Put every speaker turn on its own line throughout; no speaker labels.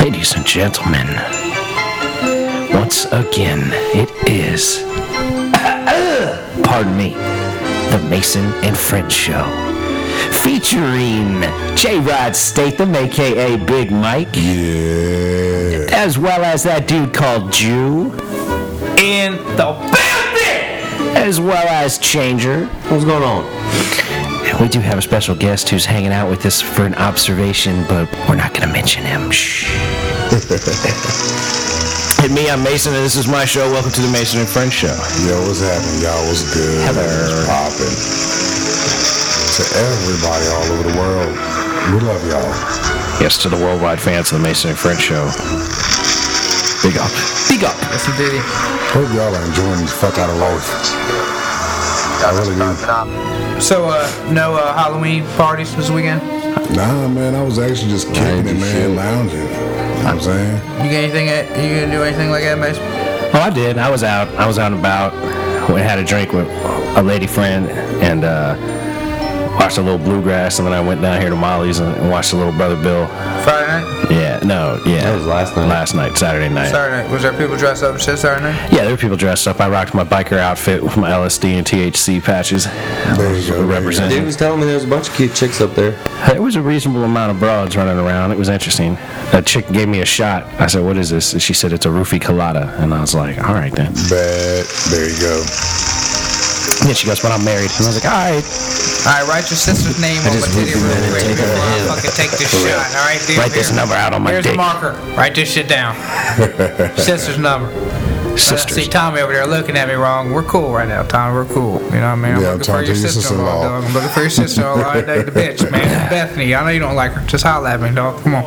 Ladies and gentlemen, once again, it is, pardon me, the Mason and Friend Show, featuring J Rod Statham, aka Big Mike,
Yeah.
as well as that dude called Jew,
in the building.
as well as Changer.
What's going on?
And we do have a special guest who's hanging out with us for an observation, but we're not going to mention him. Shh.
Hit me, I'm Mason, and this is my show. Welcome to the Mason and Friends Show.
Yo, what's happening, y'all? What's good?
Hello.
What's poppin'? To everybody all over the world, we love y'all.
Yes, to the worldwide fans of the Mason and Friends Show. Big up. Big up.
That's the duty.
Hope y'all are enjoying the fuck out of life. I really do.
So, uh, no uh, Halloween parties this weekend.
Nah, man, I was actually just kicking it,
Lounging
man,
shit.
lounging. You know what I'm saying?
You got anything? At, you gonna do anything like that, Mason?
Oh, I did. I was out. I was out and about. We had a drink with a lady friend and uh, watched a little bluegrass, and then I went down here to Molly's and, and watched a little Brother Bill.
Friday night,
Yeah, no, yeah.
That was last night.
Last night, Saturday night.
Saturday night. Was there people dressed up and shit Saturday night?
Yeah, there were people dressed up. I rocked my biker outfit with my LSD and THC patches.
There you go. there you go.
Represent.
Dude was telling me there was a bunch of cute chicks up there.
There was a reasonable amount of broads running around. It was interesting. A chick gave me a shot. I said, "What is this?" And she said, "It's a roofie colada." And I was like, "All right then."
Bad. There you go.
And then she goes, "But I'm married." And I was like, "All right."
All right, write your sister's name on my titty real quick
take
before
her to
I
hell.
fucking take this shot. All right, dude.
Write this
here.
number out on my
Here's
dick.
a marker. Write this shit down. sister's number. I
Sisters.
see Tommy over there looking at me wrong. We're cool right now, Tommy. We're cool. You know what I mean? I'm
Yeah, I'm
looking for
talking
your
to your
sister-in-law,
sister-in-law.
dog. I'm looking for your sister-in-law. I date the bitch, man. Bethany, I know you don't like her. Just holler at me, dog. Come on.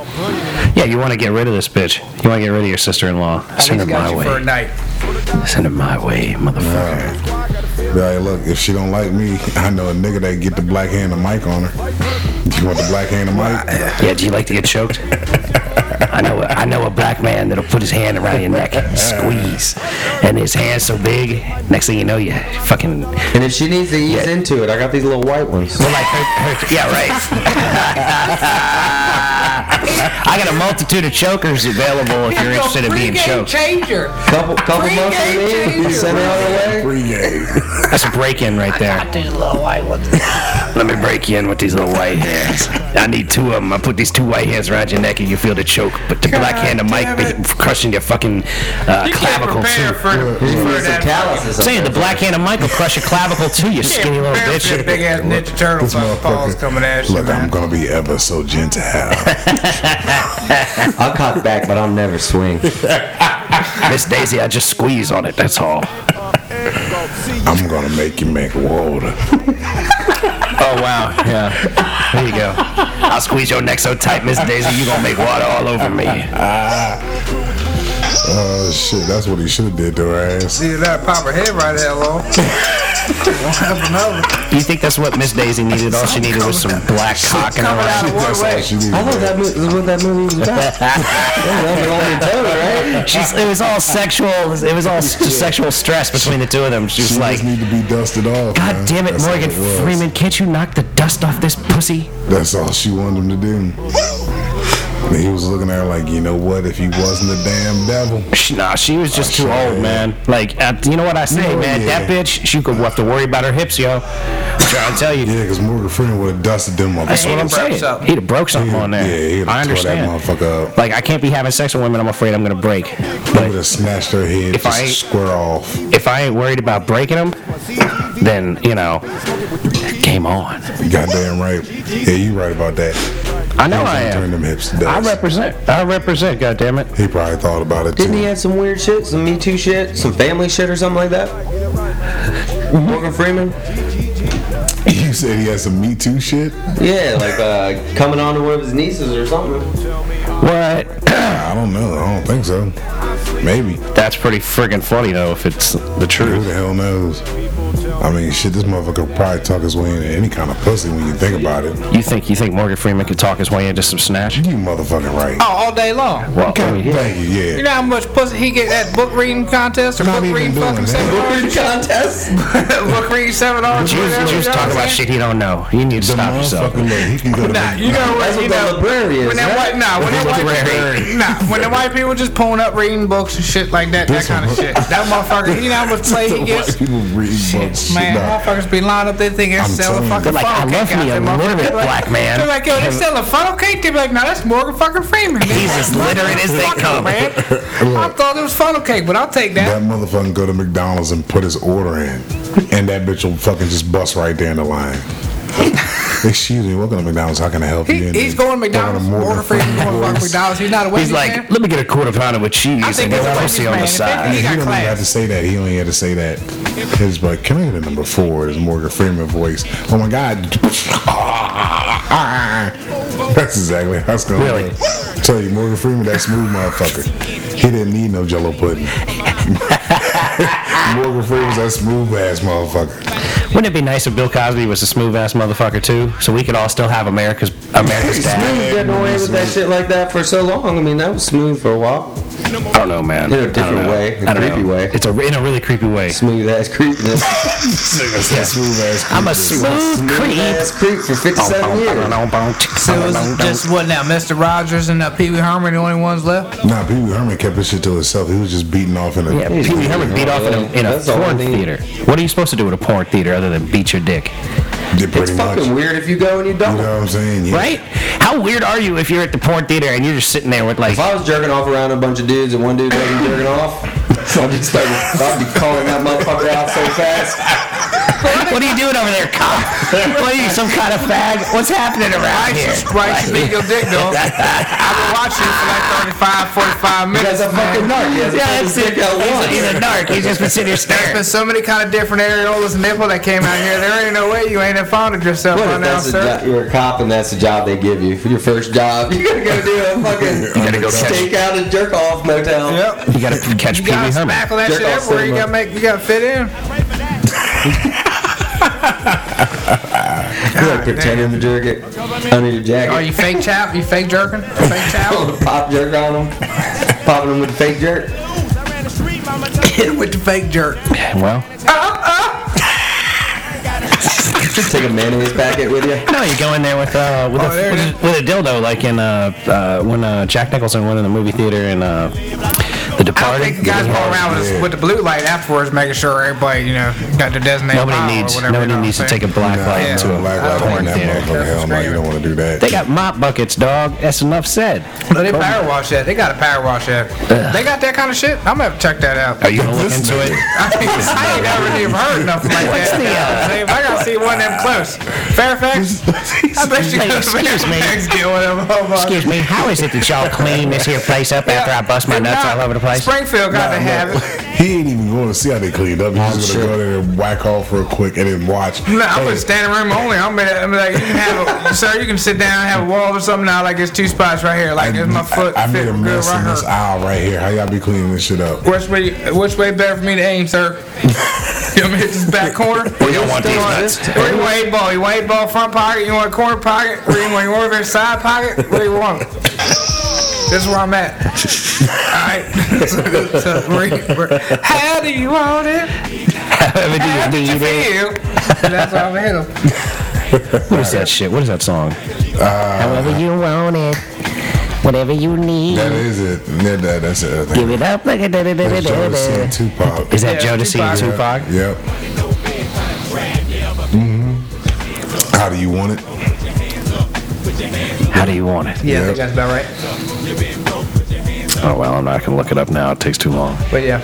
Yeah, you want to get rid of this bitch. You want to get rid of your sister-in-law. Send her
He's got
my
you for a
way.
night.
Send her my way, motherfucker.
Yeah, look, if she don't like me, I know a nigga that can get the black hand of mic on her. You want the black hand of mic?
Yeah, do you like to get choked? I know, a, I know a black man that'll put his hand around your neck, and squeeze, and his hand's so big. Next thing you know, you fucking. Well,
And if she needs to ease
Yeah.
into it, I got these little white ones.
like her, her, yeah, right. I got a multitude of chokers available if you're interested in being choked.
changer.
Couple, couple
Free
months
game
in,
changer.
you send her on her way.
Free game.
That's a break-in right there. Let me break you in with these little white hands. I need two of them. I put these two white hands around your neck and you feel the choke, but the black hand of Mike
damn
be crushing your fucking uh,
You can't
clavicle
prepare
too.
for, for
You need some
that.
calluses.
I'm saying the black hand of Mike will crush your clavicle too, you
You
skinny
can't
little
prepare for that
bitch.
big ass Ninja Turtle
This
fucking paws
motherfucker.
coming at you,
Look, I'm
man.
gonna be ever so gentile.
I'll cock back, but I'll never swing.
Miss Daisy, I just squeeze on it. That's all. Oh
I'm gonna make you make water.
Oh,
wow, yeah. There you go. I'll squeeze your neck so tight, Miss Daisy, you gonna make water all over me.
Oh shit, that's what he should have did to her ass.
See that pop her head right there, Lord. Won't have another.
Do you think that's what Miss Daisy needed? All she needed was some black cock in her
Coming out
ass.
of one
That's all
way.
she needed.
I thought that movie, that's what that movie was about. Rubbing on your toe, right?
She's, it was all sexual. It was all s- sexual stress between the two of them. She was
She
like,
just need to be dusted off. man.
"God damn it,
That's all
Morgan
was.
Freeman, can't you knock the dust off this pussy?"
That's all she wanted him to do. And he was looking at her like, you know what? If he wasn't the damn devil,
She, nah, she was just
Oh,
too
shit.
old, man. Like, uh, you know what I say,
No,
man?
yeah.
That bitch, she could have to worry about her hips, yo. I'm trying to tell you.
yeah, because Morgan Freeman would have dusted them up.
That's what I'm
broke
saying.
something.
He'd have broke something on there.
Yeah, he'd have
I
tore that
understand.
motherfucker up.
Like, I can't be having sex with women. I'm afraid I'm gonna break.
He
But
would have snatched her head,
If I ain't-
just square off.
if I ain't worried about breaking them, then you know, game on.
Goddamn right. Yeah, you right about that.
I know
He
I
can Turn them
am.
hips to
I
dust.
represent. I represent. God damn it.
he probably thought about it too.
Didn't he have some weird shit, some Me Too shit, some family shit or something like that? Morgan Freeman?
You said he had some Me Too shit.
Yeah, like uh, coming on to one of his nieces or something.
What?
I don't know. I don't think so. Maybe.
That's pretty friggin' funny though, if it's the
Who
truth.
the hell knows? I mean, shit, this motherfucker could probably talk his way into any kind of pussy when you think about it.
You think you think Morgan Freeman could talk his way into some snatch?
You motherfucking right.
Oh, all day long.
Well, I mean,
Thank you,
You
yeah.
know how much pussy he get at book reading contest or
Not
book
even
reading
doing
fucking
that.
seminar?
contest.
book reading seminar?
Juice,
whatever,
Juice
you know
talk
what
about
I'm saying?
shit he don't know. You need to
The
stop yourself.
motherfucking look, he can go to
Nah,
the-
you know
That's
what?
what
You
the
know,
library is,
when that
right?
white, nah, when that
Library.
white, nah, when the white people just pulling up reading books and shit like that, that
This
kind of
one-
shit. That motherfucker, you know how much play he
White
gets?
people reading books.
Shit, man,
Nah.
motherfuckers be lined up. They think they're
I'm
selling
telling
fucking
you.
Like, I
funnel
love
cake
me
out
a
there, motherfucker.
literate
They're like-
black man.
They're like, yo, they're selling funnel cake. They're like, no, that's Morgan fucking Freeman.
He's as literate as they
Fuck you,
come.
man. I thought it was funnel cake, but I'll take
That
that.
motherfucker go to McDonald's and put his order in, and that bitch will fucking just bust right there in the line. Excuse me, welcome to McDonald's. How can I help you?
He,
And
he's
they
going to
throw out a
McDonald's. Morgan Freeman going to fucking McDonald's. He's not a
He's
Wendy's man.
like, let me get a quarter pounder with cheese
I
and
think he's
then
a
pussy
Wendy's
on
man.
the
If they-
side.
He
he got
don't even
class.
have to say that. He only had to say that. His like, can I get a number four? Is Morgan Freeman voice? Oh my god! That's exactly how it's going.
Really?
Tell you, Morgan Freeman, that smooth motherfucker. He didn't need no Jello pudding. Morgan Freeman's that smooth ass motherfucker.
Wouldn't it be nice if Bill Cosby was a smooth ass motherfucker too, so we could all still have America's America's dad?
Smooth getting away with that shit like that for so long. I mean, that was smooth for a while.
I don't know, man.
In a
I don't
different
know.
way, a
I don't
creepy
know.
way.
It's a in a really creepy way.
Smooth ass creepiness.
That's that smooth ass.
I'm a smooth
Smooth
creep.
ass creep for 57 years.
So it was just what now? Mr. Rogers and uh, Pee Wee Herman, the only ones left?
Nah, Pee Wee Herman kept his shit to himself. He was just beating off in a.
Yeah, Pee Wee Herman beat off in a, in a
That's all I
porn
need.
theater. What are you supposed to do at a porn theater other than beat your dick?
Yeah, pretty
It's
much.
fucking
You
weird if you go and you don't.
know what I'm saying? Yeah.
Right? How weird are you if you're at the porn theater and you're just sitting there with like
If I was jerking off around a bunch of dudes and one dude wasn't jerking off, I'd be, starting, I'd be calling that motherfucker out so fast.
What are you doing over there, cop? what are you, some kind of fag? What's happening around here?
Right, speak your dick, though. I've been watching for like 35, 45 minutes.
That's a
man.
fucking narc. He
Yeah,
hasn't had his
that's it.
dick out
He's a,
once.
he's a narc. He's just been sitting here
There's
staring.
been so many kind of different areolas and nipple that came out here. There ain't no way you ain't fondled yourself
What
by
if
now,
that's a
sir.
job, you're a cop and that's the job they give you for your first job? You gotta go do a fucking
gotta go catch-
stake out and jerk off motel.
Yep.
You gotta catch Pee
You gotta
Wee Herman.
spackle that
Jerk
shit
off
everywhere. You
cinema.
gotta make, you gotta fit in.
You like pretending to jerk it under your jacket.
Are Oh, you fake chap? You fake jerking? Fake chap?
pop jerk on them? Popping them with the fake jerk?
Hit with the fake jerk.
Well,
Just take a mayonnaise packet with you.
no, you go in there with uh, with,
Oh, there
a,
it
with,
is.
a, with a dildo, like in uh, uh when uh, Jack Nicholson went in the movie theater in uh, The
I
Departed.
think the guys go around with, us with the blue light afterwards, making sure everybody, you know, got their designated power
Nobody needs
or whatever. you
nobody
know
needs to
what I'm
take a
saying?
black light
yeah.
into
Black
a
light on
porn
that
theater.
motherfucker. Hell no, you don't want to do that.
They got mop buckets, dog. That's enough said.
No, they power wash that. They got a power wash that. They got that kind of shit. I'm gonna have to check that out.
Are you gonna look into it?
I ain't never even heard nothing like
What's
that.
the, uh,
See, if I gotta see one of them close. Fairfax? I bet you
Hey,
go to
excuse me.
Fairfax get one of them. motherfuckers.
Excuse me, how is it that y'all clean this here place up after I bust my
If
nuts
not,
all over the place?
Springfield got to have it.
He ain't even going to see how they cleaned up. He's just going to go there and whack off real quick and then watch.
No, I'm gonna stand in room only. I'm gonna, I'm like, you can have a, sir, you can sit down and have a wall or something. Now, like, there's two spots right here. Like, there's my foot.
I, I made
fit
a
good
mess in this
right here.
aisle right here. How y'all be cleaning this shit up?
Which way, which way better for me to aim, sir? you want me to hit this back corner? We
don't want these nuts.
Where you want eight ball? You want eight ball front pocket? You want a corner pocket? Where you want your over side pocket? Where you want it? This is where I'm at. All right. so, so, where you- where- how do you want it?
Ever do
How
you
do you
need it?
feel? That's why I'm at 'em.
What is that shit? What is that song?
Uh,
However you want it, whatever you need,
That is it. That, that, that's it. I think.
give it up like a da da da da
That's
da
Jodeci and
da.
Tupac.
Is that
Yeah,
Jodeci and Tupac?
Tupac.
Yep. hmm Mm-hmm. How do you want it?
How do you want it?
Yeah, I
Yep.
think that's about right.
Oh well, I'm not gonna look it up now. It takes too long.
But yeah.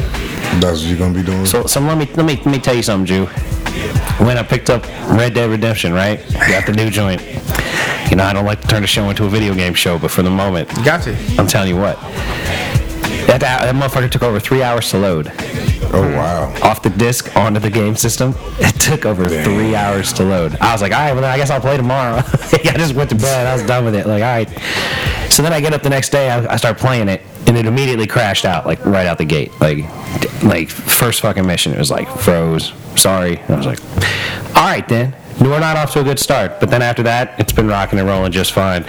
That's what you're gonna be doing.
So, so let me let me let me tell you something, Jew. When I picked up Red Dead Redemption, right? Got the new joint. You know, I don't like to turn the show into a video game show, but for the moment,
Got you.
I'm telling you what. That, that, that motherfucker took over three hours to load.
Oh wow.
Off the disc onto the game system, it took over three hours to load. I was like, all right, well, then I guess I'll play tomorrow. I just went to bed. I was done with it. Like, all right. So then I get up the next day, I, I start playing it, and it immediately crashed out, like right out the gate. Like, d- like first fucking mission, it was like froze. Sorry. And I was like, all right then. We're not off to a good start, but then after that, it's been rocking and rolling just fine,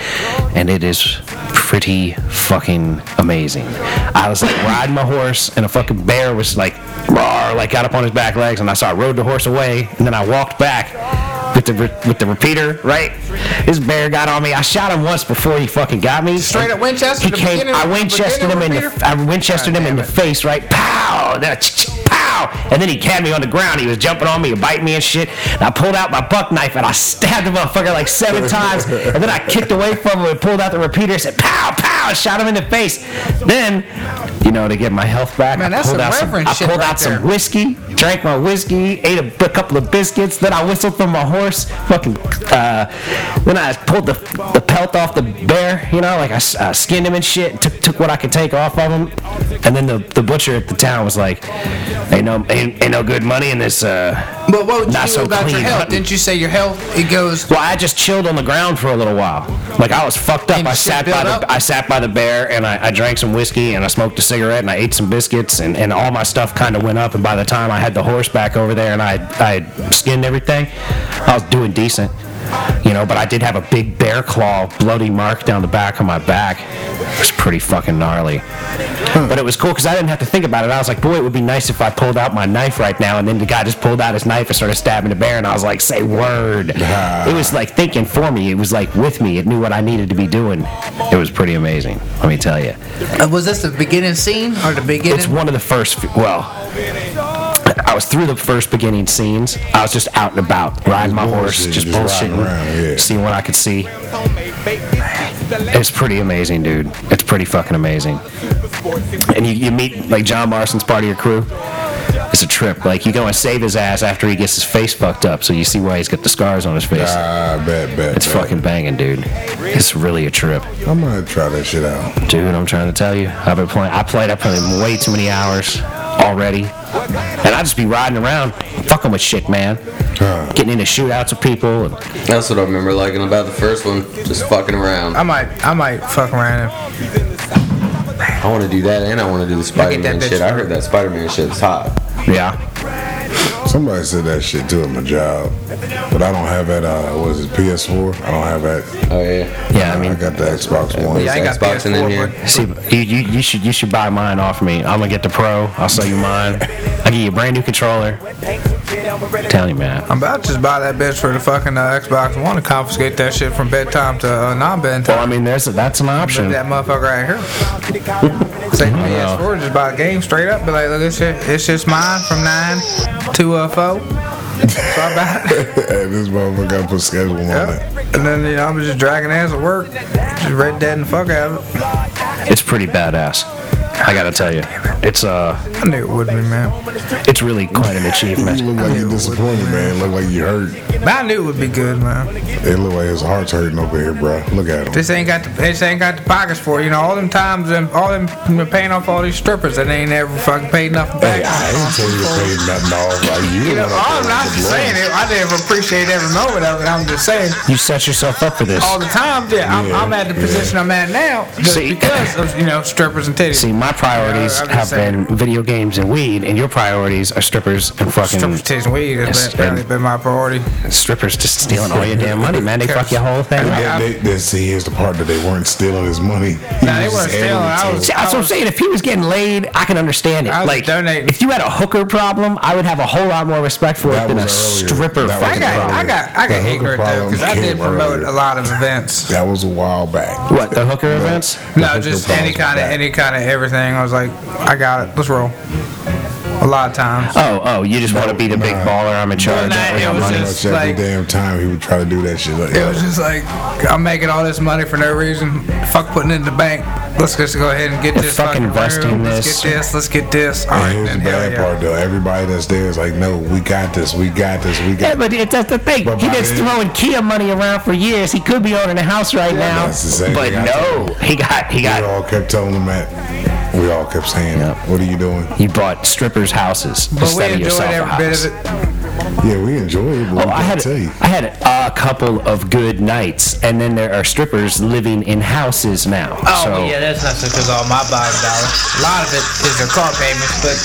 and it is pretty fucking amazing. I was like riding my horse, and a fucking bear was like, roar, like got up on his back legs, and I saw I rode the horse away, and then I walked back with the re- with the repeater, right? This bear got on me. I shot him once before he fucking got me.
Straight up Winchester,
He
the
came.
beginning-
I Winchestered
beginning
him in the.
repeater?
I Winchestered him in
God
the
damn
face, right? Pow! Then I ch- ch- pow! And then he had me on the ground. He was jumping on me and biting me and shit. And I pulled out my buck knife and I stabbed the motherfucker like seven times. And then I kicked away from him and pulled out the repeater and said, pow, pow, and shot him in the face. Then, you know, to get my health back,
Man,
I
that's
pulled
some
out, some,
reverend
I
shit
pulled
right
out some
there.
whiskey, drank my whiskey, ate a, b- couple of biscuits. Then I whistled for my horse. Fucking. Uh, then I pulled the, the pelt off the bear. You know, like I s- uh, skinned him and shit. Took took what I could take off of him. And then the, the butcher at the town was like, "Ain't no ain't, ain't no good money in this." Uh,
But what would you
Not
do
so
about your
clean,
health?
huh?
Didn't you say your health? It goes.
Well, I just chilled on the ground for a little while. Like I was fucked up.
And
I
shit
sat by
built
the
up?
I sat by the bear and I, I drank some whiskey and I smoked a cigarette and I ate some biscuits and, and all my stuff kind of went up. And by the time I had the horse back over there and I I had skinned everything, I was doing decent. You know, but I did have a big bear claw bloody mark down the back of my back. It was pretty fucking gnarly. But it was cool because I didn't have to think about it. I was like, boy, it would be nice if I pulled out my knife right now. And then the guy just pulled out his knife and started stabbing the bear. And I was like, say word. it was like thinking for me. It was like with me. It knew what I needed to be doing. It was pretty amazing. Let me tell you.
Uh, was this the beginning scene or the
It's
beginning?
one of the first, few- well, I was through the first beginning scenes. I was just out and about, riding my horse,
bullshitting,
just
just riding around, yeah.
bullshitting, seeing what I could see. It's pretty amazing, dude. It's pretty fucking amazing. And you, you meet like John Marston's part of your crew. It's a trip. Like you go and save his ass after he gets his face fucked up, so you see why he's got the scars on his face.
Ah, bet, bet.
it's
bet.
fucking banging, dude. It's really a trip,
I'm gonna try that shit out.
dude. I'm trying to tell you. I've been playing. I played. I played way too many hours already, and I just be riding around, fucking with shit, man.
Huh.
Getting into shootouts with people. And,
That's what I remember liking about the first one. Just fucking around.
I might, I might fuck around. and-
I want to do that, and I want to do the
get
Spider
that
Man
bitch.
shit. I heard that Spider Man shit's hot.
yeah.
Somebody said that shit too at my job, but I don't have that. Uh, what is it? PS4? I don't have that.
Oh yeah.
Yeah. I mean,
I got the Xbox One.
Yeah, I got
Xbox in
PS4,
here.
but-
See, you, you, you should you should buy mine off me. I'm gonna get the pro. I'll sell you mine. I'll give you a brand new controller. Tell you, man.
I'm about to just buy that bitch for the fucking uh, Xbox One and confiscate that shit from bedtime to uh, non-bedtime.
Well, I mean, there's that's an
Look
option.
at that motherfucker right here. Say
Mm-hmm.
PS4, just buy a game straight up. Be like, look, it's just, it's just mine from nine to uh, four. So I bought it.
Hey, this motherfucker got put schedule on it.
And then you know, I'm just dragging ass at work, just red dead and fuck out of it.
It's pretty badass. I gotta tell you, it's uh,
I knew it would be, man.
it's really quite an
You
achievement.
look like you disappointed, man. Look like you hurt.
But I knew it would be good, man.
It look like his heart's hurting over here, bro. Look at him.
This ain't got the this ain't got the pockets for it. you know all them times them all them them paying off all these strippers that ain't ever fucking paid nothing
Hey,
back.
I ain't tell you to pay nothing off. Like you,
You know,
the one up
I'm
there
not
with the
just saying
blood.
it. I never appreciate every moment of it. I'm just saying
You set yourself up for this.
all the time. Yeah, I'm, I'm at the
Yeah.
position I'm at now just
See-
because of you know strippers and titties.
See, my priorities
Yeah, I'm
have
just saying.
been video games and weed, and your priorities are strippers and fucking
strippers, titties, and weed
Yes,
has been, apparently
and-
been my priority.
strippers just stealing all your damn money, man. They fuck your whole thing. up.
Yeah, they, they, see, here's the part that they weren't stealing his money. He
Nah, they
was
weren't
just
stealing.
adding it to
I
it.
was-
See, that's what I'm saying. If he was getting laid, I can understand it.
I was
like,
donating.
if you had a hooker problem, I would have a whole lot more respect for
That
it than a
was earlier.
stripper
That was
fucking
I got,
problem.
I got, I
The
got
hooker
ignorant though
problem
because I did
came
promote
earlier.
a lot of events.
That was a while back.
What, the hooker events?
No, just any kind of any kind of everything. I was like, I got it. Let's roll. A lot of times.
Oh, oh, you just want to be the big
nah.
baller. I'm in charge.
Nah,
I
it
got
was
money.
just-
Much every
like-
damn time he would try to do that shit. Like,
It was just like I'm making all this money for no reason. Fuck putting it in the bank. Let's just go ahead and get
And
this
fuck
fucking
investing
room.
this.
Let's get this. Let's get this. All right,
and here's
then
the
hell
bad
yeah.
part though. Everybody that's there is like, no, we got this, we got this, we
yeah,
got.
but it, that's the thing.
But
he
by
been
then-
throwing Kia money around for years. He could be owning a house right now.
That's the same
but
thing I
no,
told
he got he
We
got
all kept telling him that We all kept saying,
Yep.
"What are you doing?"
You bought strippers' houses
But we
instead of
enjoyed
yourself a
every bit
house.
of it.
Yeah, we enjoy it, but
Oh,
we
I
can't
had
tell you.
I had a couple of good nights, and then there are strippers living in houses now.
Oh,
so
yeah, that's not because all my buying dollars. A lot of it is their car payments, but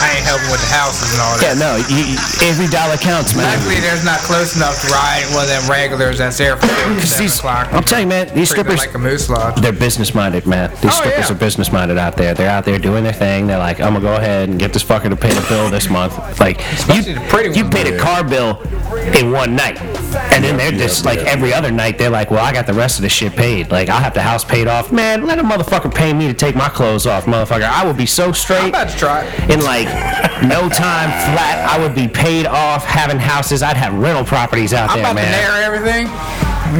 I ain't helping with the houses and all that.
Yeah, no, you, you- every dollar counts, man.
Luckily, there's not close enough to ride one of them regulars that's there for seven
These-
o'clock.
I'm telling you, man, these
Treat them
strippers-
like a moose lodge.
They're business minded, man. These
Oh,
strippers
yeah.
are business minded out there. They're out there doing their thing. They're like, I'm gonna go ahead and get this fucker to pay the bill this month. Like,
Especially
you,
the pretty
you
ones,
paid a
yeah.
car bill in one night, and then they're
yeah,
just
yeah.
like every other night. They're like, well, I got the rest of the shit paid. Like, I have the house paid off. Man, let a motherfucker pay me to take my clothes off, motherfucker. I will be so straight.
I'm about to try it.
in like no time flat. I would be paid off having houses. I'd have rental properties out
I'm
there,
about
man.
to narrow everything.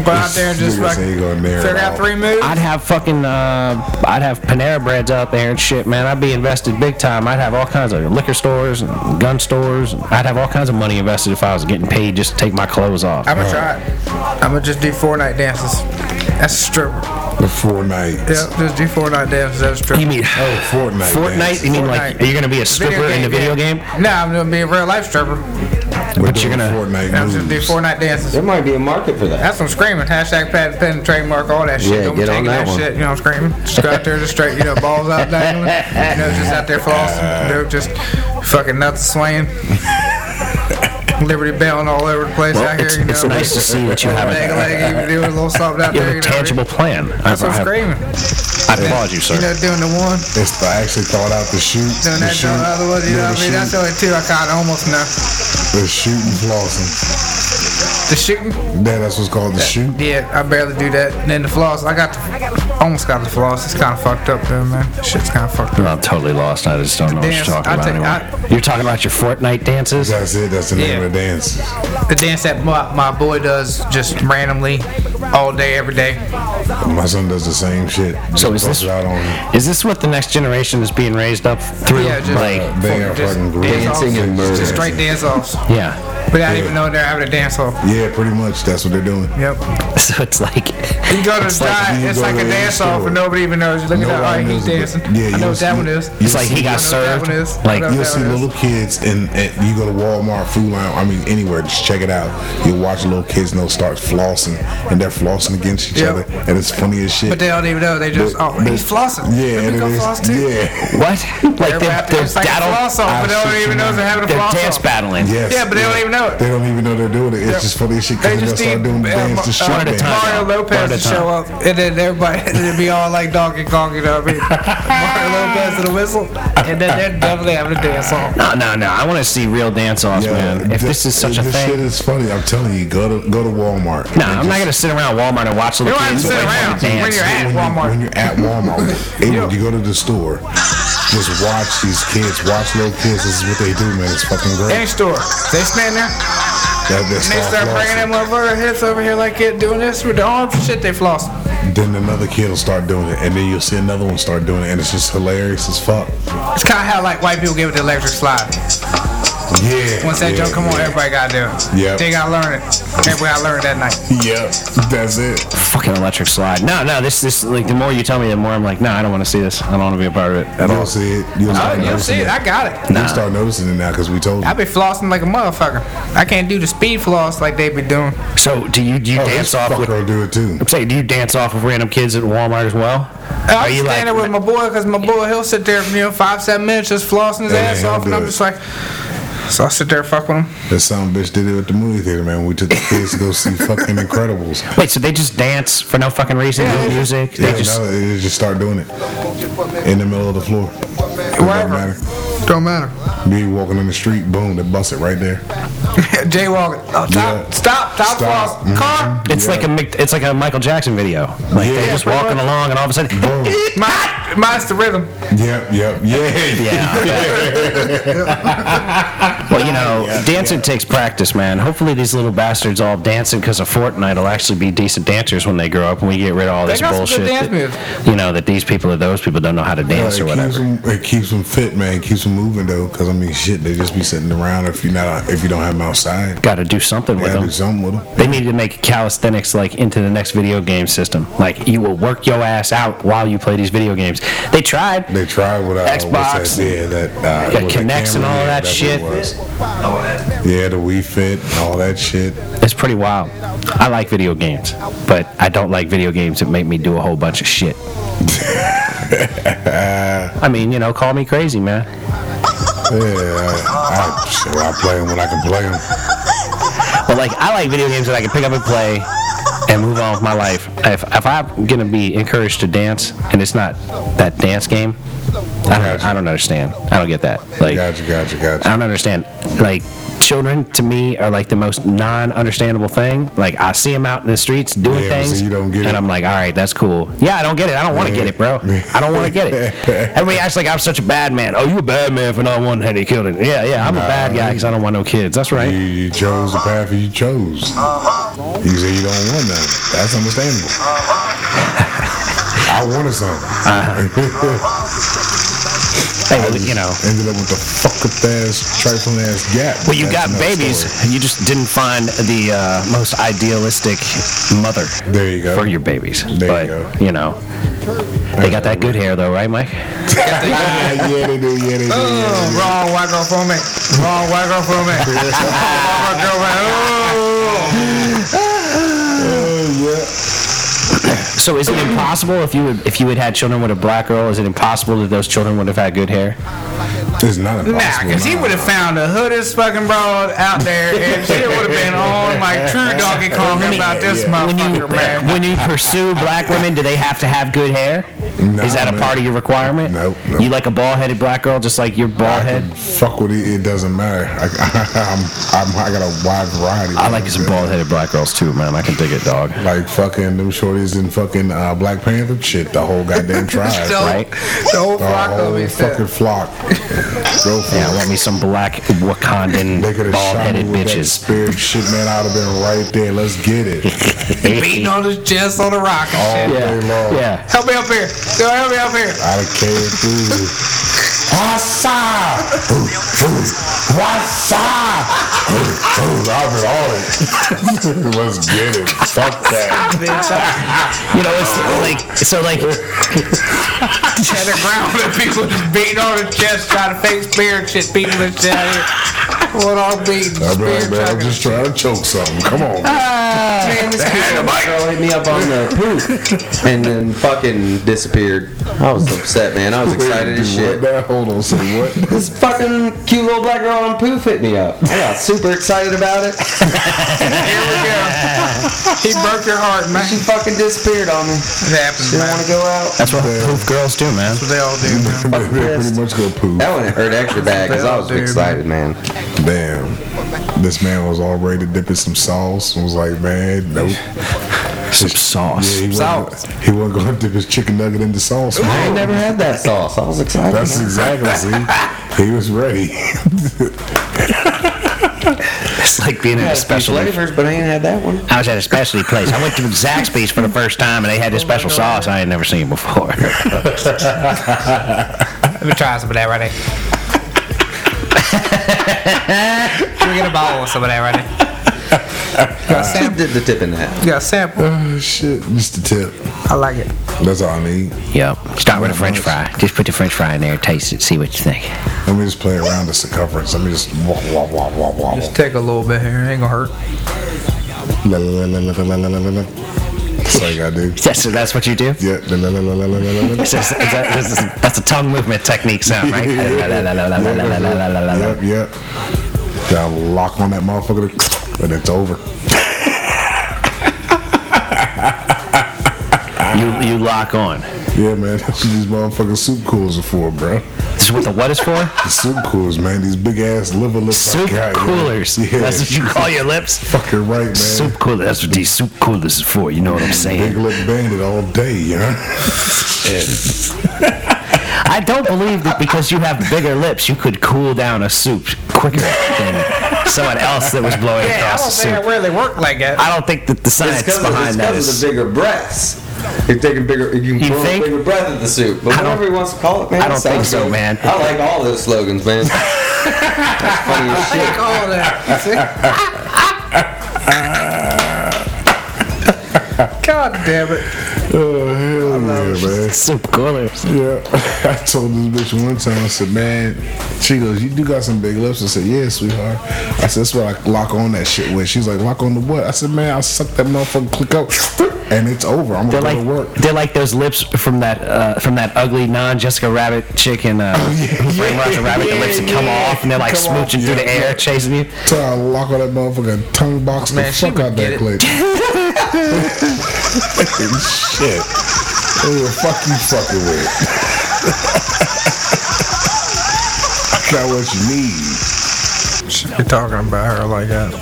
Go out there and just
Niggas
fucking
ain't gonna narrow
figure
it
out
all.
three moves.
I'd have fucking, uh, I'd have Panera Breads out there and shit, man. I'd be invested big time. I'd have all kinds of liquor stores and gun stores. I'd have all kinds of money invested if I was getting paid just to take my clothes off.
I'm gonna try it. I'm gonna just do four night dances. That's a stripper.
The Fortnite.
Yeah, just do four night dances. That's a stripper.
you mean
Oh, Fortnite.
Fortnite? You
dance.
mean like are you gonna be a stripper in the video game? Oh,
No, I'm gonna be a real life stripper.
We're
but you're
doing
gonna-
Fortnite
I'm just
moves.
gonna do four night dances.
There might be a market for that.
That's what I'm screaming. Hashtag patent pending trademark, all that shit.
Yeah,
Don't
get
be taking
on that
that,
one.
shit. You know what I'm screaming? Just go out there, just straight, you know, balls out dangling. You know, just out there flossing. You know, just fucking nuts swaying. Liberty bailing all over the place
Well,
out here.
it's-
you know,
it's nice to see that you have a-
Dangling, like, you do a little something out
You have
there.
a
you know what I mean?
tangible plan.
That's what
I,
I'm
I,
screaming.
I applaud you, sir.
You know, doing the one,
It's the, I actually thought out the shoot.
doing
the
that,
shoot,
doing the other one. You
yeah,
know
the
what I mean? That's
shoot,
the only two I kind of almost know.
the shoot and flossing.
The shooting.
Yeah, that's what's called the shoot.
Yeah, I barely do that. And then the floss, I got the, almost got the floss. It's kind of fucked up though, man. Shit's kind of fucked up.
I'm totally lost. I just don't know what you're
Dance,
talking
I
about
take-
anymore. You're talking about your Fortnite dances?
That's it. That's the name
Yeah.
of the dance.
The dance that my, my boy does just randomly, all day, every day.
My son does the same shit.
So
He
is this-
busts it out on
Is this what the next generation is being raised up through?
Yeah, just-
like,
they are
Just
fucking
dance
great.
off.
Dancing and murder.
Just straight dance offs.
yeah.
Without even knowing they're having a dance off.
Yeah, pretty much. That's what they're doing.
Yep.
So it's like,
You go to the
It's like
side,
you
it's
go
like
to
a
any
dance off
store.
and nobody even knows. You look at that,
Nobody
all right, he's
knows
dancing.
what- Yeah,
I know
you'll
what that
see-
one is.
you'll
it's like he
see-
got
I know that
served.
one is. I
Like,
know
You'll
that
see
one is.
little kids, and, and you go to Walmart, Food Line, I mean, anywhere, just check it out. You'll watch little kids, and they'll start flossing, and they're flossing against each
Yep.
other, and it's funny as shit.
But they don't even know. They just, oh,
But-
he's flossing.
Yeah,
Let
and
me
it
go
is.
floss too.
Yeah.
what? Like,
They're
they're,
wrapped
they're,
in it's like a
battle,
floss off, but
Ah,
they don't even know they're having a
they're
floss
dance
off.
battling.
Yes.
Yeah, but they don't even know it.
They don't even know they're doing it. It's just funny as shit
They
because they'll
just
start
need
doing the
uh,
dance to
uh,
shoot
at a
dance.
time.
Mario
One
Lopez
at a
to show up, and then everybody it'd be all like Donkey Kong, you know what I mean? Mario Lopez to the whistle, and then they're definitely having a dance off.
No, Uh, no, no. I want to see real dance offs, man. If
thi-
this is such a
this shit
thing.
is funny. I'm telling you, go to go to Walmart.
No, I'm not going to sit around Walmart and watch little
don't have
kids
to sit
like,
around. When
dance.
you're at
when,
Walmart.
You, when you're at Walmart, and when you go to the store, just watch these kids. Watch little kids. This is what they do, man. It's fucking
Any
great.
store, they stand there,
That, that's
and they start bringing them over heads over here like it, doing this with their arms. Shit, they floss.
Then another kid will start doing it, and then you'll see another one start doing it, and it's just hilarious as fuck.
It's kind of how like white people give it the electric slide.
Yeah.
Once that
yeah,
joke come on,
yeah.
everybody gotta do it.
Yep.
They gotta learn it. Everybody gotta learn it that night.
Yep, that's it.
Fucking electric slide. No, no. This, this, like, the more you tell me, the more I'm like, no, I don't want to see this. I don't want to be a part of it at
You'll
all.
see it. You'll
Oh,
start
you'll see
noticing
it. I got it.
You'll start noticing it now because we told you.
I be flossing like a motherfucker. I can't do the speed floss like they be doing.
So, do you do you
Oh,
dance
this
off
fucker
with?
will do it too.
Say, do you dance off with random kids at Walmart as well?
I'm standing with my boy because my boy he'll sit there you know five seven minutes just flossing his
Yeah,
ass
he'll
off, and
do
I'm
it.
just like, so I sit there fuck with him.
That some bitch did it at the movie theater, man. when We took the kids to go see fucking Incredibles.
Wait, so they just dance for no fucking reason?
Yeah,
no
they just-
music? They
Yeah,
just
no, they just start doing it in the middle of the floor. It
Wherever.
doesn't matter.
Don't matter.
Be walking in the street, boom, they bust it right there.
Jaywalking. Oh, stop,
Yeah.
stop, stop,
Stop. Mm-hmm.
floss. Car.
it's
Yeah.
like a Mc- it's like a Michael Jackson video. Like they're
Yeah.
just walking along, and all of a sudden,
Mm-hmm. Boom.
My, mine's the rhythm.
Yep, yep, yeah.
yeah. well, you know,
Yeah,
dancing takes practice, man. Hopefully, these little bastards all dancing because of Fortnite will actually be decent dancers when they grow up, and we get rid of all this
got some good
bullshit.
dance moves.
that, you know that these people or those people don't know how to
Yeah,
dance
it,
or
keeps
whatever.
them, it keeps them fit, man. It keeps them moving though, because I mean, shit, they just be sitting around if you not if you don't have them outside.
Got to do something with
Gotta do
them.
something with them.
They need to make calisthenics like into the next video game system. Like you will work your ass out while you play these video games games. They tried.
They tried with uh, what's
Xbox.
that? Yeah, that. Uh,
Yeah,
what was that
Kinects and
camera?
all
Yeah,
that
that's what it
shit.
was. Yeah, the Wii Fit and all that shit.
It's pretty wild. I like video games, but I don't like video games that make me do a whole bunch of shit. I mean, you know, call me crazy, man.
Yeah, I, I, shit, I play them when I can play them.
But like, I like video games that I can pick up and play and move on with my life. If, if I'm gonna be encouraged to dance and it's not that dance game, I don't, I don't understand. I don't get that. Like,
Gotcha, gotcha,
I
gotcha.
don't understand. Like, children to me are like the most non-understandable thing. Like, I see them out in the streets doing
Yeah, but
things,
see, you don't get
and
it.
I'm like, all right, that's cool. Yeah, I don't get it. I don't want to
Yeah.
get it, bro.
Yeah.
I don't want to get it. Everybody acts like I'm such a bad man. Oh, you a bad man for not wanting Henry killed it. Yeah, yeah, I'm a bad guy because I don't want no kids. That's
You,
right.
you chose the path you chose. You say you don't want none. That's understandable. I wanted something.
Hey, well, Uh-huh. you know.
Ended up with the fuck up ass, trifling ass gap.
Well, you
That's
got
another
babies.
story.
You just didn't find the uh, most idealistic mother
There you go.
for your babies.
There you
but
go.
you know, they got that good hair though, right, Mike?
Ah, yeah, they do. Yeah, they
Oh,
do. Yeah,
wrong white girl for me. Wrong white girl for me. Wrong white girl for me.
they do. Yeah.
So, is it impossible if you would, if you had had children with a black girl? Is it impossible that those children would have had good hair?
It's not impossible.
Ooh. Nah, because he
nah.
would have found the hoodest fucking broad out there and shit would have been on like true Donkey Kong about this
When you
motherfucker, man.
when you pursue black women, do they have to have good hair?
No,
is that a
man.
part of your requirement?
Nope, nope.
You like a bald headed black girl, just like your bald head.
Fuck with it. It doesn't matter. I, I'm, I'm, I got a wide variety.
I like some bald headed black girls too, man. I can dig it, dog.
Like fucking them shorties in fucking uh, Black Panther shit. The whole goddamn tribe.
So-
Right?
The whole
Oh, The
flock
whole
of it.
fucking flock. Go for
Yeah, I want
it.
me some black Wakandan
They could have
bald
shot me
headed
with
bitches.
that spirit shit, man. I'd have been right there. Let's get it
Beating on his chest on the rock and
all
shit.
day long.
yeah.
Help me up here. Yo, help me up here.
I'd have carried through. What's up? What's up? I've been on it. Let's get it. Fuck that.
You know, it's like, so like,
At the ground with people just beating on his chest, trying to fake spear and shit, beating his chest out here. What all beating?
I'd be
Spear
like, man, I'm
chugging.
just trying to choke something. Come on.
Man, this kid-
Girl hit me up on the poop and then fucking disappeared. I was upset, man. I was excited as
Wait,
shit.
what now? Hold on, say what?
This fucking cute little black girl on poof hit me up. I got super excited about it.
Here we go. He broke your heart, man.
She fucking disappeared on me.
It happens,
Didn't want
man.
to go out.
that's what poof girls do, man.
They all do, man.
They pretty much go poo.
That one hurt extra bad because I was excited, man.
Damn. This man was all ready to dip in some sauce and was like, man, nope.
Some sauce.
He
Sauce.
wasn't, he wasn't going to dip his chicken nugget into sauce,
I ain't
man.
never had that sauce. I was excited.
That's exactly, see? He was ready.
It's like being in a special.
flavors, but I ain't had that one.
I was at a specialty place. I went to Zaxby's for the first time, and they had
Oh,
this special sauce I had never seen before.
Let me try some of that right there. Can we get a bottle of some of that right there? You got a
Sam
sample?
did the tip in that.
You got a sample?
oh, shit. Just a tip.
I like it.
That's all I need.
yep. Start with a French fry. Just put the French fry in there, taste it, see what you think.
Let me just play around the circumference. Let me just wah, wah, wah, wah, wah, wah.
Just take a little bit here. It ain't gonna hurt.
La, la, la, la, la, la, la, la, la, la. That's all you got to do.
That's that's what you do.
Yeah. la, la, la, la, la, la, la, la, la.
Is that- is that- is that- that's a tongue movement technique sound, right?
Yep, yep. Gotta lock on that motherfucker, and it's over.
You you lock on.
Yeah, man, that's what these motherfucking soup coolers are for, bro.
This is what the what is for?
The soup coolers, man. These big ass liver lips.
Soup coolers.
Yeah,
That's what you call your lips.
fucking right, man.
Soup cooler. That's what these soup coolers is for. You know what I'm
Big
saying?
lip bandit all day, you know?
I don't believe that because you have bigger lips, you could cool down a soup quicker than someone else that was blowing
Yeah, I
across
don't
the
think it
soup.
really worked like that.
I don't think that the
It's
science
because of, it's
behind that
'cause of
is.
the bigger breaths. You're taking bigger, you
You
can throw a
think?
bigger breath at the soup. But
I don't-
whatever he wants to call it, man.
I don't
it
think
sounds
so,
good.
man.
I like all those slogans, man. That's funny as shit.
Take all that. See? God damn it.
Oh, hell yeah, man.
Some colors.
Yeah, I told this bitch one time. I said, "Man," she goes, "You do got some big lips." I said, "Yeah, sweetheart." I said, "That's what I lock on that shit with." She's like, "Lock on the what?" I said, "Man, I suck that motherfucker, click up, and it's over. I'm
They're
gonna go to work."
like they're like those lips from that uh, from that ugly non Jessica Rabbit chicken uh, who brainwashed a rabbit. the lips that come off and they're like
Come off,
smooching through the
yeah.
air, chasing you.
So I lock on that motherfucker, tongue box
Man,
the
she
fuck
would
out
get
that
it.
click. shit. Who the fuck you fucking with? I got what you need.
You're talking about her like that.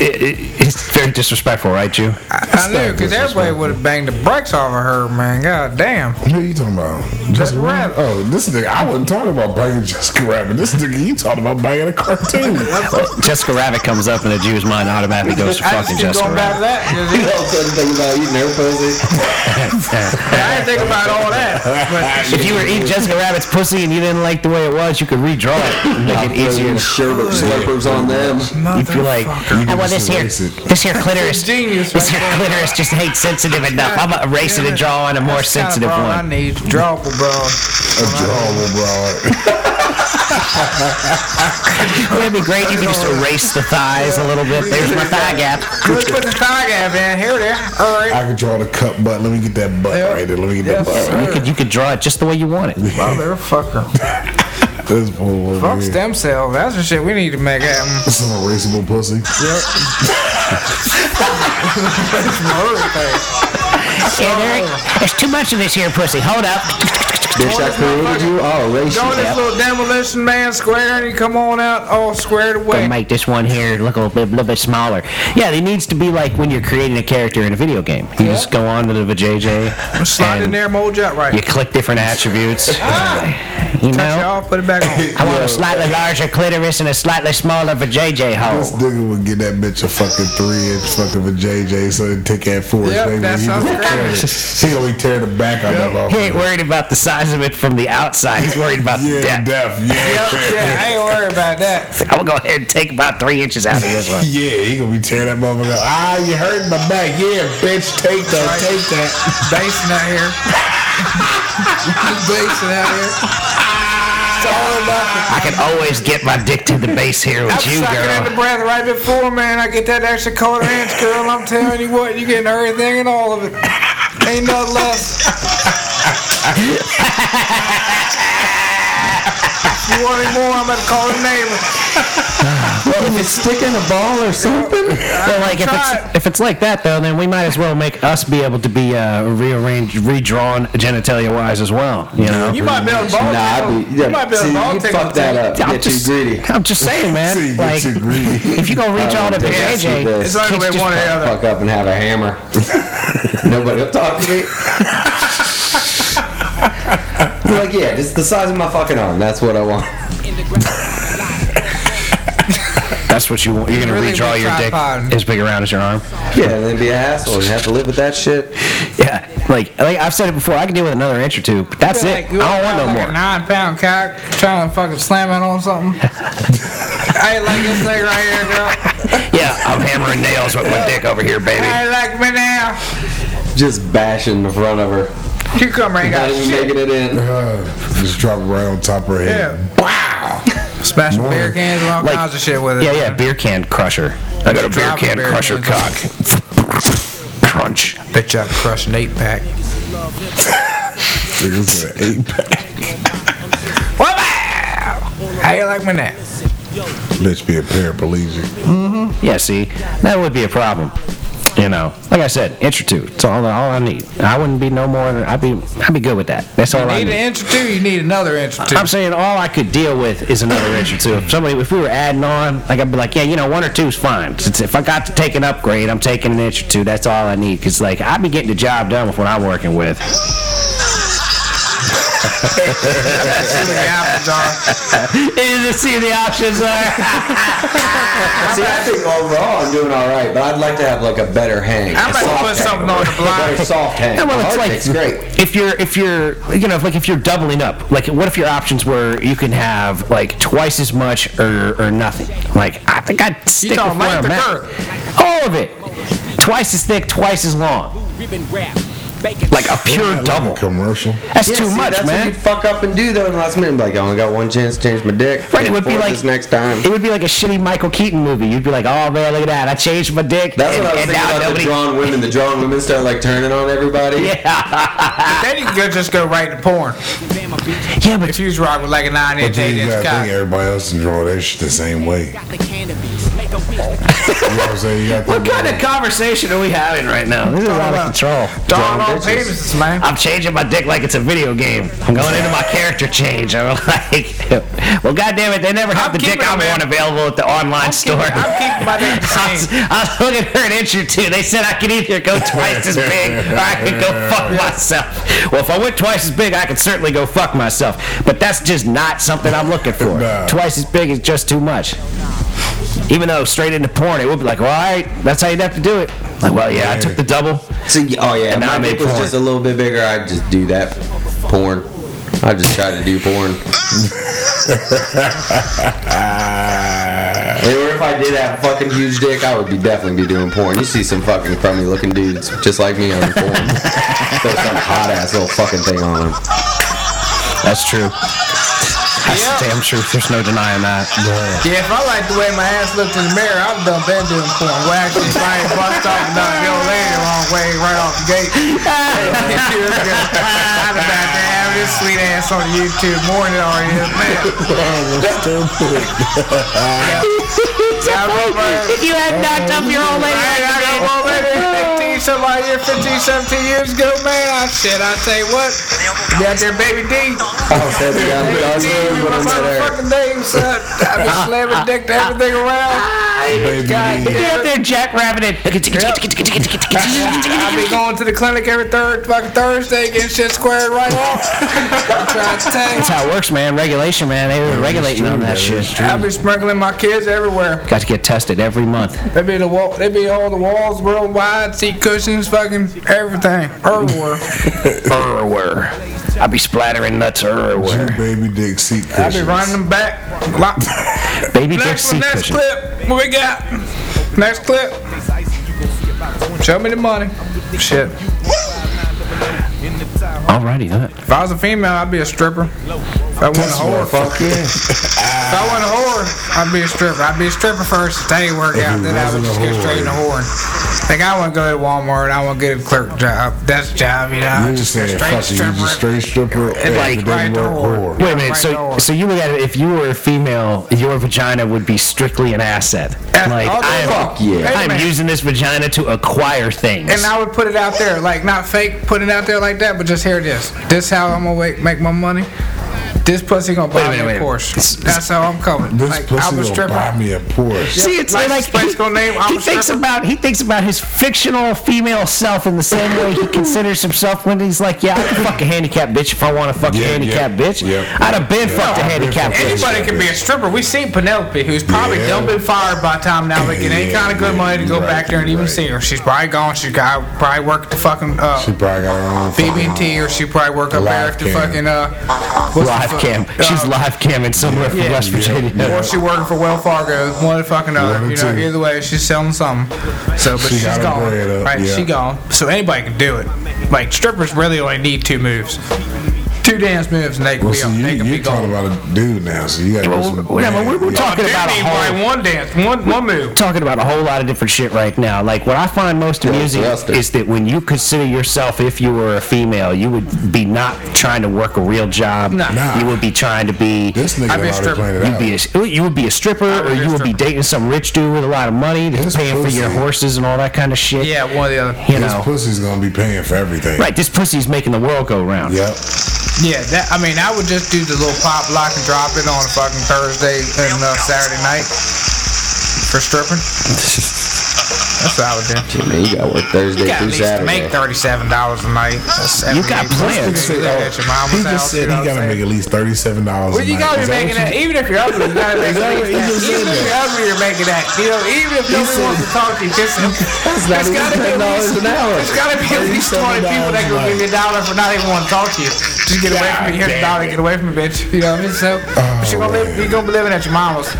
It- it- it's very disrespectful, right, you?
I, I knew, because everybody would have banged the brakes off of her, man. God damn.
What are you talking about? Jessica
Rabbit.
Rabbit? Oh, this nigga, I wasn't talking about banging Jessica Rabbit. This nigga, you talking about banging a cartoon.
Jessica Rabbit comes up in a Jew's mind automatically goes to
I just
fucking
keep
Jessica
going back
Rabbit.
to that. 'cause
You
it-
all couldn't think about eating her pussy.
I didn't think about all that.
If you were eating Jessica Rabbit's pussy and you didn't like the way it was, you could redraw it, and make it easier.
Sherbet slurpers on them.
But
You'd be like, oh, well, this here,
Racist.
this here clitoris,
Genius
this
right
here
there.
clitoris just ain't sensitive enough. I'm gonna erase it and draw on a more sensitive
kind of
one.
I need drawable
A
bra.
drawable broad.
That'd be great. You could just erase the thighs a little bit. There's my thigh gap.
Let's put the thigh gap in. Here it is. All right.
I can draw the cup butt. Let me get that butt
Yeah.
right there. Let me get that
Yeah,
butt right
You could you could draw it just the way you want it.
Motherfucker.
This bull over
Fuck
here.
stem cells. That's the shit we need to make happen.
This is an erasable pussy.
Yeah, there, there's too much of this here pussy. Hold up.
Bitch, I created you. I'll erase
Go
you.
in this little demolition man square and you come on out all squared
Gonna
away.
make this one here look a little bit, little bit smaller. Yeah, it needs to be like when you're creating a character in a video game. You just go on to the JJ.
Slide in
and
there, mold you up right.
You click different attributes. you
Touch it
know.
off, put it back
I
on.
want a slightly larger clitoris and a slightly smaller vajayjay
This
Oh.
hole.
nigga would get that bitch a fucking three inch fucking vajayjay so it'd take that four inch
Yep,
baby.
that's
He
how
gonna tear
it's
it. He gonna be tearing the back out of
He
that
ain't
motherfucker.
worried about the size of it from the outside. He's worried about the
Yeah,
depth.
deaf.
Yep, yeah, I
Yeah,
ain't worried about that.
I'm gonna go ahead and take about three inches out of this one.
yeah, he gonna be tearing that motherfucker. up. Ah, you hurt my back. Yeah, bitch, take that, take that.
Basing out here. Basing out here.
I can always get my dick to the base here
I'm
with you,
sucking in the
girl.
breath right before, man. I get that extra quarter inch, girl. I'm telling you what, you getting everything and all of it. Ain't nothing less. you want any more? I'm gonna call the neighbor.
If it's sticking a ball or something.
But like if
Try
it's if it's like that though, then we might as well make us be able to be uh, rearranged, redrawn genitalia wise as well. You know.
You might be able to ball
Nah, I
tickle.
be. Yeah,
You might be able
see,
to ball
you
tickle.
fucked that up.
I'm
Get
just-
too greedy.
I'm just saying,
See,
man.
you
like,
get too greedy.
if you gonna reach
I
out to
don't think I see
JJ,
this.
It's only
Kids
way
just
one or the other.
Fuck up and have a hammer. Nobody will talk to me. You're like, yeah, just the size of my fucking arm. That's what I want.
that's what you want. You're gonna
Really
redraw
big
your dick
tripod.
as big around as your arm.
Yeah, and then be an asshole and have to live with that shit.
Yeah, like, like I've said it before. I can deal with another inch or two, but that's it. I
you
don't want
like
no
A
more.
nine pound cock trying to fucking slam it on something. I ain't like this thing right here, girl.
Yeah, I'm hammering nails with my dick over here, baby.
I ain't like me now.
Just bashing the front of her.
Cucumber ain't
Not
got
even
shit.
making it in.
Uh, just drop it right on top of her head.
Yeah. Wow. Smashing beer cans and all
Like-
kinds of shit with it.
Yeah, yeah, beer can crusher. I got a beer
Drop a
can
beer
crusher
can.
cock. Crunch.
Bitch, I crushed an eight pack.
It's an eight pack.
Wow! How you like me now?
Bitch be a paraplegic.
Yeah, see, that would be a problem. You know, like I said, inch or two. It's all, all I need. I wouldn't be no more. than- I'd be, I'd be good with that. That's all I
Need an
need.
inch or two, you need another inch or two.
I'm saying all I could deal with is another inch or two. If somebody, if we were adding on, like I'd be like, yeah, you know, one or two's fine. Since if I got to take an upgrade, I'm taking an inch or two. That's all I need. Cause like I'd be getting the job done with what I'm working with.
See the apples are.
Is to see the options are.
See, I think overall I'm doing all right, but I'd like to have like a better hang.
I'm about to
Soft
put
hang.
something on the
A
blind.
better soft hang.
Yeah, well,
Hard
it's
hang's
like
great.
if you're if you're you know if, like if you're doubling up. Like, what if your options were you can have like twice as much or or nothing? Like, I think I'd stick with
talking
where
length
I'm
or
at.
girth?
All of it. twice as thick, twice as long. Like a pure double.
Commercial.
That's
Yeah,
too
see,
much,
that's
man.
What you fuck up and do though, and last minute, be like oh, I only got one chance to change my dick.
Right, it would be
Fourth
like
is next time.
It would be like a shitty Michael Keaton movie. You'd be like, "Oh man, look at that! I changed my dick."
That's what I was
and
thinking
now
about
nobody-
the drawn women. The drawn women start like turning on everybody.
Then you can go, just go right to porn.
Yeah, but
If you was rocking with like a nine
But
inch,
then
eight
you
inch
gotta think
cock.
everybody else is drawing that shit the same way. You know what I'm saying? You gotta
what
think
kind of conversation are we having right now? This is out of control.
Dog on
bitches.
penises, man.
I'm changing my dick like it's a video game. I'm going into my character change. I'm like, well, goddamn it, they never have
I'm
the dick
keeping it,
I
man.
want available at the online store.
Keep- I'm keeping my dick the
I was,
same.
I was looking for an inch or two. They said I could either go twice as big or I could go fuck myself. Well, if I went twice as big, I could certainly go fuck myself. But that's just not something I'm looking for.
Nah.
Twice as big is just too much. Even though straight into porn, it would be like, well, all right, that's how you'd have to do it. Like, well, yeah, I took the double.
See, oh yeah,
And now I
my
made
dick was
porn.
just a little bit bigger. I'd just do that porn. I just try to do porn.
Ah,
Or if I did have a fucking huge dick, I would be definitely be doing porn. You see some fucking crummy looking dudes just like me on porn. Throw some hot ass little fucking thing on them.
That's true. That's the damn truth. There's no denying that.
Yeah, if I like the way my ass looked in the mirror, I've done been doing porn. Well, actually, if I ain't bust off and done the old lady the wrong way right off the gate. She was good. I'd have been out there having this sweet ass on YouTube more than already is now. Yeah, I wrote my-
If you had knocked up your old lady,
Hey, I got one baby 15, somebody here 15, 17 years ago, man. I said, I tell you what, you out there, baby D.
I was happy I'm done
Baby D, you
doing Oh, what
my
I'm there.
motherfucking name, son. I've been slamming dick to everything around.
baby.
Get
God damn.
out there, jackrabbit it.
I be going to the clinic every third fucking Thursday, getting shit squared right off. I'm trying to tell
That's
you.
how it works, man. Regulation, man. They were regulating on that shit.
I be sprinkling my kids everywhere.
Got to get tested every month.
They be the wall, they be all the walls worldwide, seat cushions, fucking everything, everywhere.
Everywhere. I be splattering nuts
Two
everywhere.
baby dick seat
I be
cushions.
running them back. Lock-
Baby dick
Next
seat
one, next
cushion.
clip. What we got? Next clip. Show me the money. Shit.
Alrighty, that.
If I was a female, I'd be a stripper. If I want a whore, if
Fuck yeah.
I want a whore, I'd be a stripper. I'd be a stripper first to tell you work out, then I would
wasn't a
just go
whore.
straight into whoring. Like I want to go to Walmart, I want to get a clerk job, desk job, you know.
You just saying
straight
fuck you. You just straight stripper. and
like,
it doesn't
right
work
door.
hard.
Wait a minute. So, so you look at it. If you were a female, your vagina would be strictly an asset.
That's
Like
all
I
they
am,
want.
yeah.
I am
Amen.
using this vagina to acquire things.
And I would put it out there, like not fake, put it out there like that, but just here it is. This how I'm gonna wait, make my money. This pussy gonna buy
Wait a minute,
me
wait
a
a minute.
Porsche. That's how I'm coming.
This
Like
pussy
I'm a
gonna
stripper.
buy me a Porsche.
See, it's
Like
like,
Space Ghost name, I'm
he
a
thinks
stripper.
about he thinks about his fictional female self in the same way he considers himself when he's like, yeah, I can fuck a handicapped bitch if I want to fuck a
Yeah,
handicapped
yeah,
bitch.
yeah.
I'd have been
Yeah.
fucked a
I've been
handicapped
fucked.
bitch.
Anybody can be a stripper. We've seen Penelope, who's probably
Yeah.
done been fired by the time now, making any
Yeah,
kind of good
yeah,
money to go
you're
back
right,
there and
you're
even
right.
see her. She's probably gone. She got probably work at the fucking
She
uh,
probably got her own
BB&T, or she probably work up there
Live
at the
cam.
fucking uh, what's the
Live
fuck-
cam. She's
uh,
live camming somewhere from
yeah.
West Virginia.
Or she working for Wells Fargo, one or fucking
One
other.
or
You know,
two.
either way, she's selling something. So, but
She
she has
got her
gone.
bread up,
right,
yeah.
she gone. So anybody can do it. Like strippers really only need two moves, two dance moves, and they can
Well,
be,
see,
on-
you,
they can be
you're talking
gone.
about a dude now, so you got to
Well,
do some.
whatever, we're- we're
yeah.
talking-
Dude
about a
need
whole-
probably one dance, one one move.
talking about a whole lot of different shit right now. Like what I find most amusing
Lester.
is that when you consider yourself, if you were a female, you would be not trying to work a real job.
Nah.
Nah.
You would be trying to be
This nigga
I'd be a
already
stripper.
playing it
You'd
out.
be a, you would be a stripper,
would
or
be a
you would be
stripper.
dating some rich dude with a lot of money that's
This
paying for your
pussy.
horses and all that kind of shit.
Yeah, one or the other.
you
This
know,
pussy's gonna be paying for everything.
right? This pussy's making the world go round.
Yep.
Yeah, that I mean, I would just do the little pop, lock, and drop it on a fucking Thursday and uh, Saturday night for stripping. That's what I would do.
Man, you got work
You
Thursday
got
through
at least to make
Saturday.
thirty-seven dollars a night. That's
You
every
got
week.
plans.
You live at your mama's
He
house,
just
you
said he
know what I'm
gotta
saying?
make at least thirty-seven dollars.
Well, you gotta be making that. Even if you're ugly, you gotta make
that
at least
what you
that.
just
Even
said?
if you're ugly, you're making that. You know, even if nobody wants to talk to you, just that's
not even $10 an hour.
There's gotta be at least twenty people that can give you a dollar for not even want to talk to you. Just get away from me. Here's a dollar. Get away from me, bitch. You know what I mean? So, but you're gonna live. You're gonna be living at your mama's.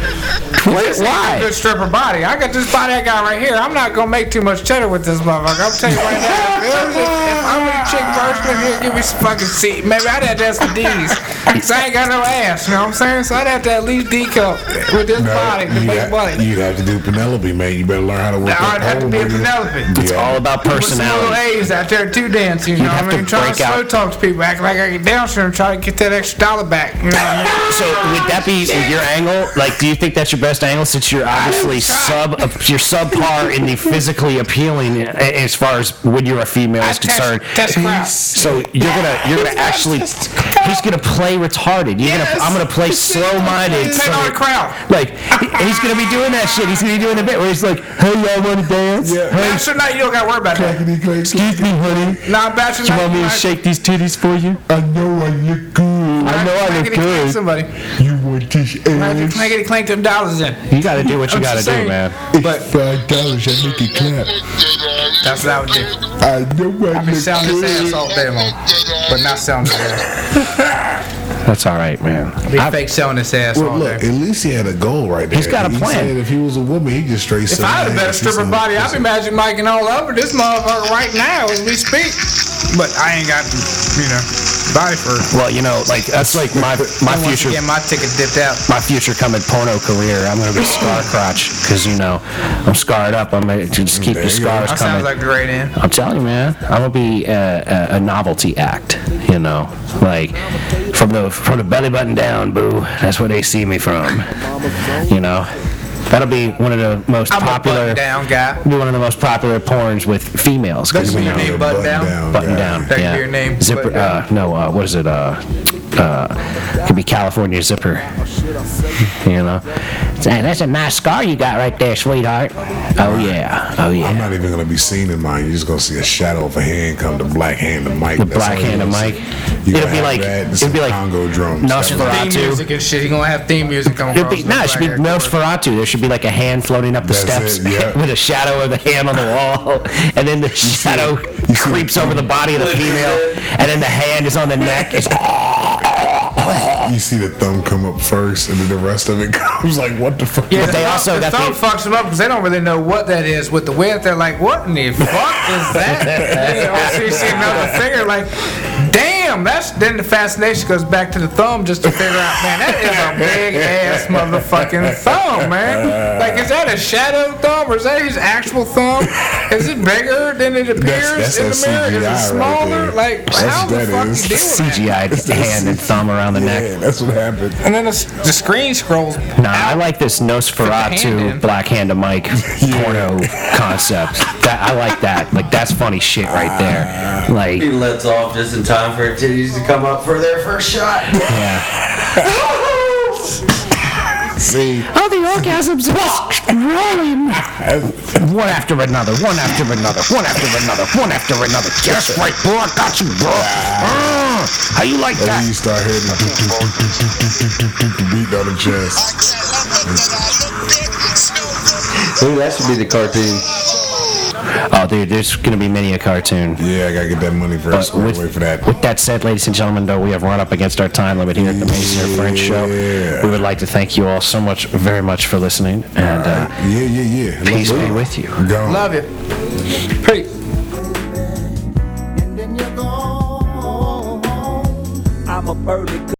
Wait,
Good
why?
stripper body. I got this body I got right here. I'm not not gonna make too much cheddar with this motherfucker. I'm telling you right now. if I'm gonna chick first, here, give me some fucking seat. Maybe I'd have to have some D's. Cause I ain't got no ass. You know what I'm saying? So I'd have to at least D cup with this body to
you
make
have,
money.
you have to do Penelope, man. You better learn how to work.
Now,
that
I'd have to
pole,
be a
nigga.
Penelope.
It's
Yeah.
all about
With some little
personality.
A's out there too dancing, you know
have
what
to
I mean? Trying
break
to slow
out.
talk to people, act like I can dance and try to get that extra dollar back. You know what I mean?
So would that be your angle? Like, do you think that's your best angle since you're obviously sub, you're subpar in the physically appealing a- as far as when you're a female is
Test-
concerned?
Test crowd.
So you're gonna you're gonna actually he's gonna play retarded. You're
Yes.
gonna I'm gonna play slow minded.
Depend on the crowd.
Like he- he's gonna be doing that shit. He's gonna be doing a bit where he's like, "Hey, y'all want to dance?
Yeah.
Hey,
Bachelor night, you don't gotta worry about that.
Clickety click.
excuse me, honey.
Nah, bachelor
You
night.
want me to
like-
shake these titties for you? Uh,
I know I look good.
I know I
Clankety
look
clank
good.
Somebody,
You want this ass?
clankety clank them dollars in.
You gotta do what you
I'm
gotta
just
do,
saying.
man.
But five dollars, I make it clap.
That's what I would do.
I know I
I'd be selling
look
this ass
good.
all day long, but not selling this ass.
That's all right, man.
I'd be fake selling this ass
Well,
all
look,
day.
at least he had a goal right there.
He's got a
He
plan.
said if he was a woman, he just straight.
If I had a better stripper body, I'd be magic miking all over this motherfucker right now as we speak. But I ain't got, you know, body for it.
Well, you know, like that's like my my
Once
future
again, my ticket dipped out.
my future coming porno career. I'm gonna be scar crotch because you know I'm scarred up. I'm gonna just keep the
There you go.
scars
That
coming.
sounds like the great end.
I'm telling you, man, I'm gonna be a, a, a novelty act. You know, like from the from the belly button down, boo. That's where they see me from. You know, that'll be one of the most
I'm a
popular.
button down guy.
Be one of the most popular porns with females. 'cause
That's
we
what your
know-
name button down.
Button down.
That could be
yeah.
your name,
Zipper.
button down.
Uh, no, uh, what is it? Uh, uh, could be California zipper. You know, Say, that's a nice scar you got right there, sweetheart. Oh yeah, oh yeah.
I'm not even gonna be seen in mine. You're just gonna see a shadow of a hand come to black hand and Mike.
the black hand of Mike. It'll be like it'll be like
Congo drums.
Theme
Nosferatu.
music and shit. You gonna have theme music coming
It'll
across.
be no, it should be Nosferatu. There should be like a hand floating up the
That's
steps
it, yeah.
with a shadow of the hand on the wall, and then the shadow creeps over the body of the female, and then the hand is on the neck. It's
you see the thumb come up first, and then the rest of it comes like what the fuck?
But they also
the
got
thumb
the-
fucks them up because they don't really know what that is with the width. They're like, what in the fuck is that? they also see another finger like, damn, that's then the fascination goes back to the thumb just to figure out, man, that is a big ass motherfucking thumb, man. Like, is that a shadow thumb or is that his actual thumb? Is it bigger than it appears
that's
in
that
the mirror?
CGI
Is it
right
smaller?
there.
like,
That's
how the
what that
fuck
is.
you deal with that?
CGI hand and thumb around the
Yeah,
neck.
that's what happened.
And then the, s- the screen scrolls.
Nah, I like this
hand in.
Nosferatu black hand of Mike porno concept. That I like that. Like that's funny shit right there. Like
He lets off just in time for her titties to come up for their first shot.
yeah.
See,
Oh, the orgasms are growing.
that's-
One after another, one after another, one after another, one after another. Just right, bro. I got you, bro. Uh, how you like
and then
that?
you start hearing the do, do, do, do, do, do, do, do, do, beating on the chest.
Ooh, that should be the cartoon.
Oh, dude, there's gonna be many a cartoon.
Yeah, I gotta get that money first.
But
Wait,
with,
wait for that.
with that said, ladies and gentlemen, though, we have run up against our time limit here at the Mason and French Show.
Yeah.
We would like to thank you all so much, very much for listening, and uh,
Yeah, yeah, yeah.
peace
Look,
be
look.
with you.
Gone.
Love it. Peace.
and then you're gone. I'm a early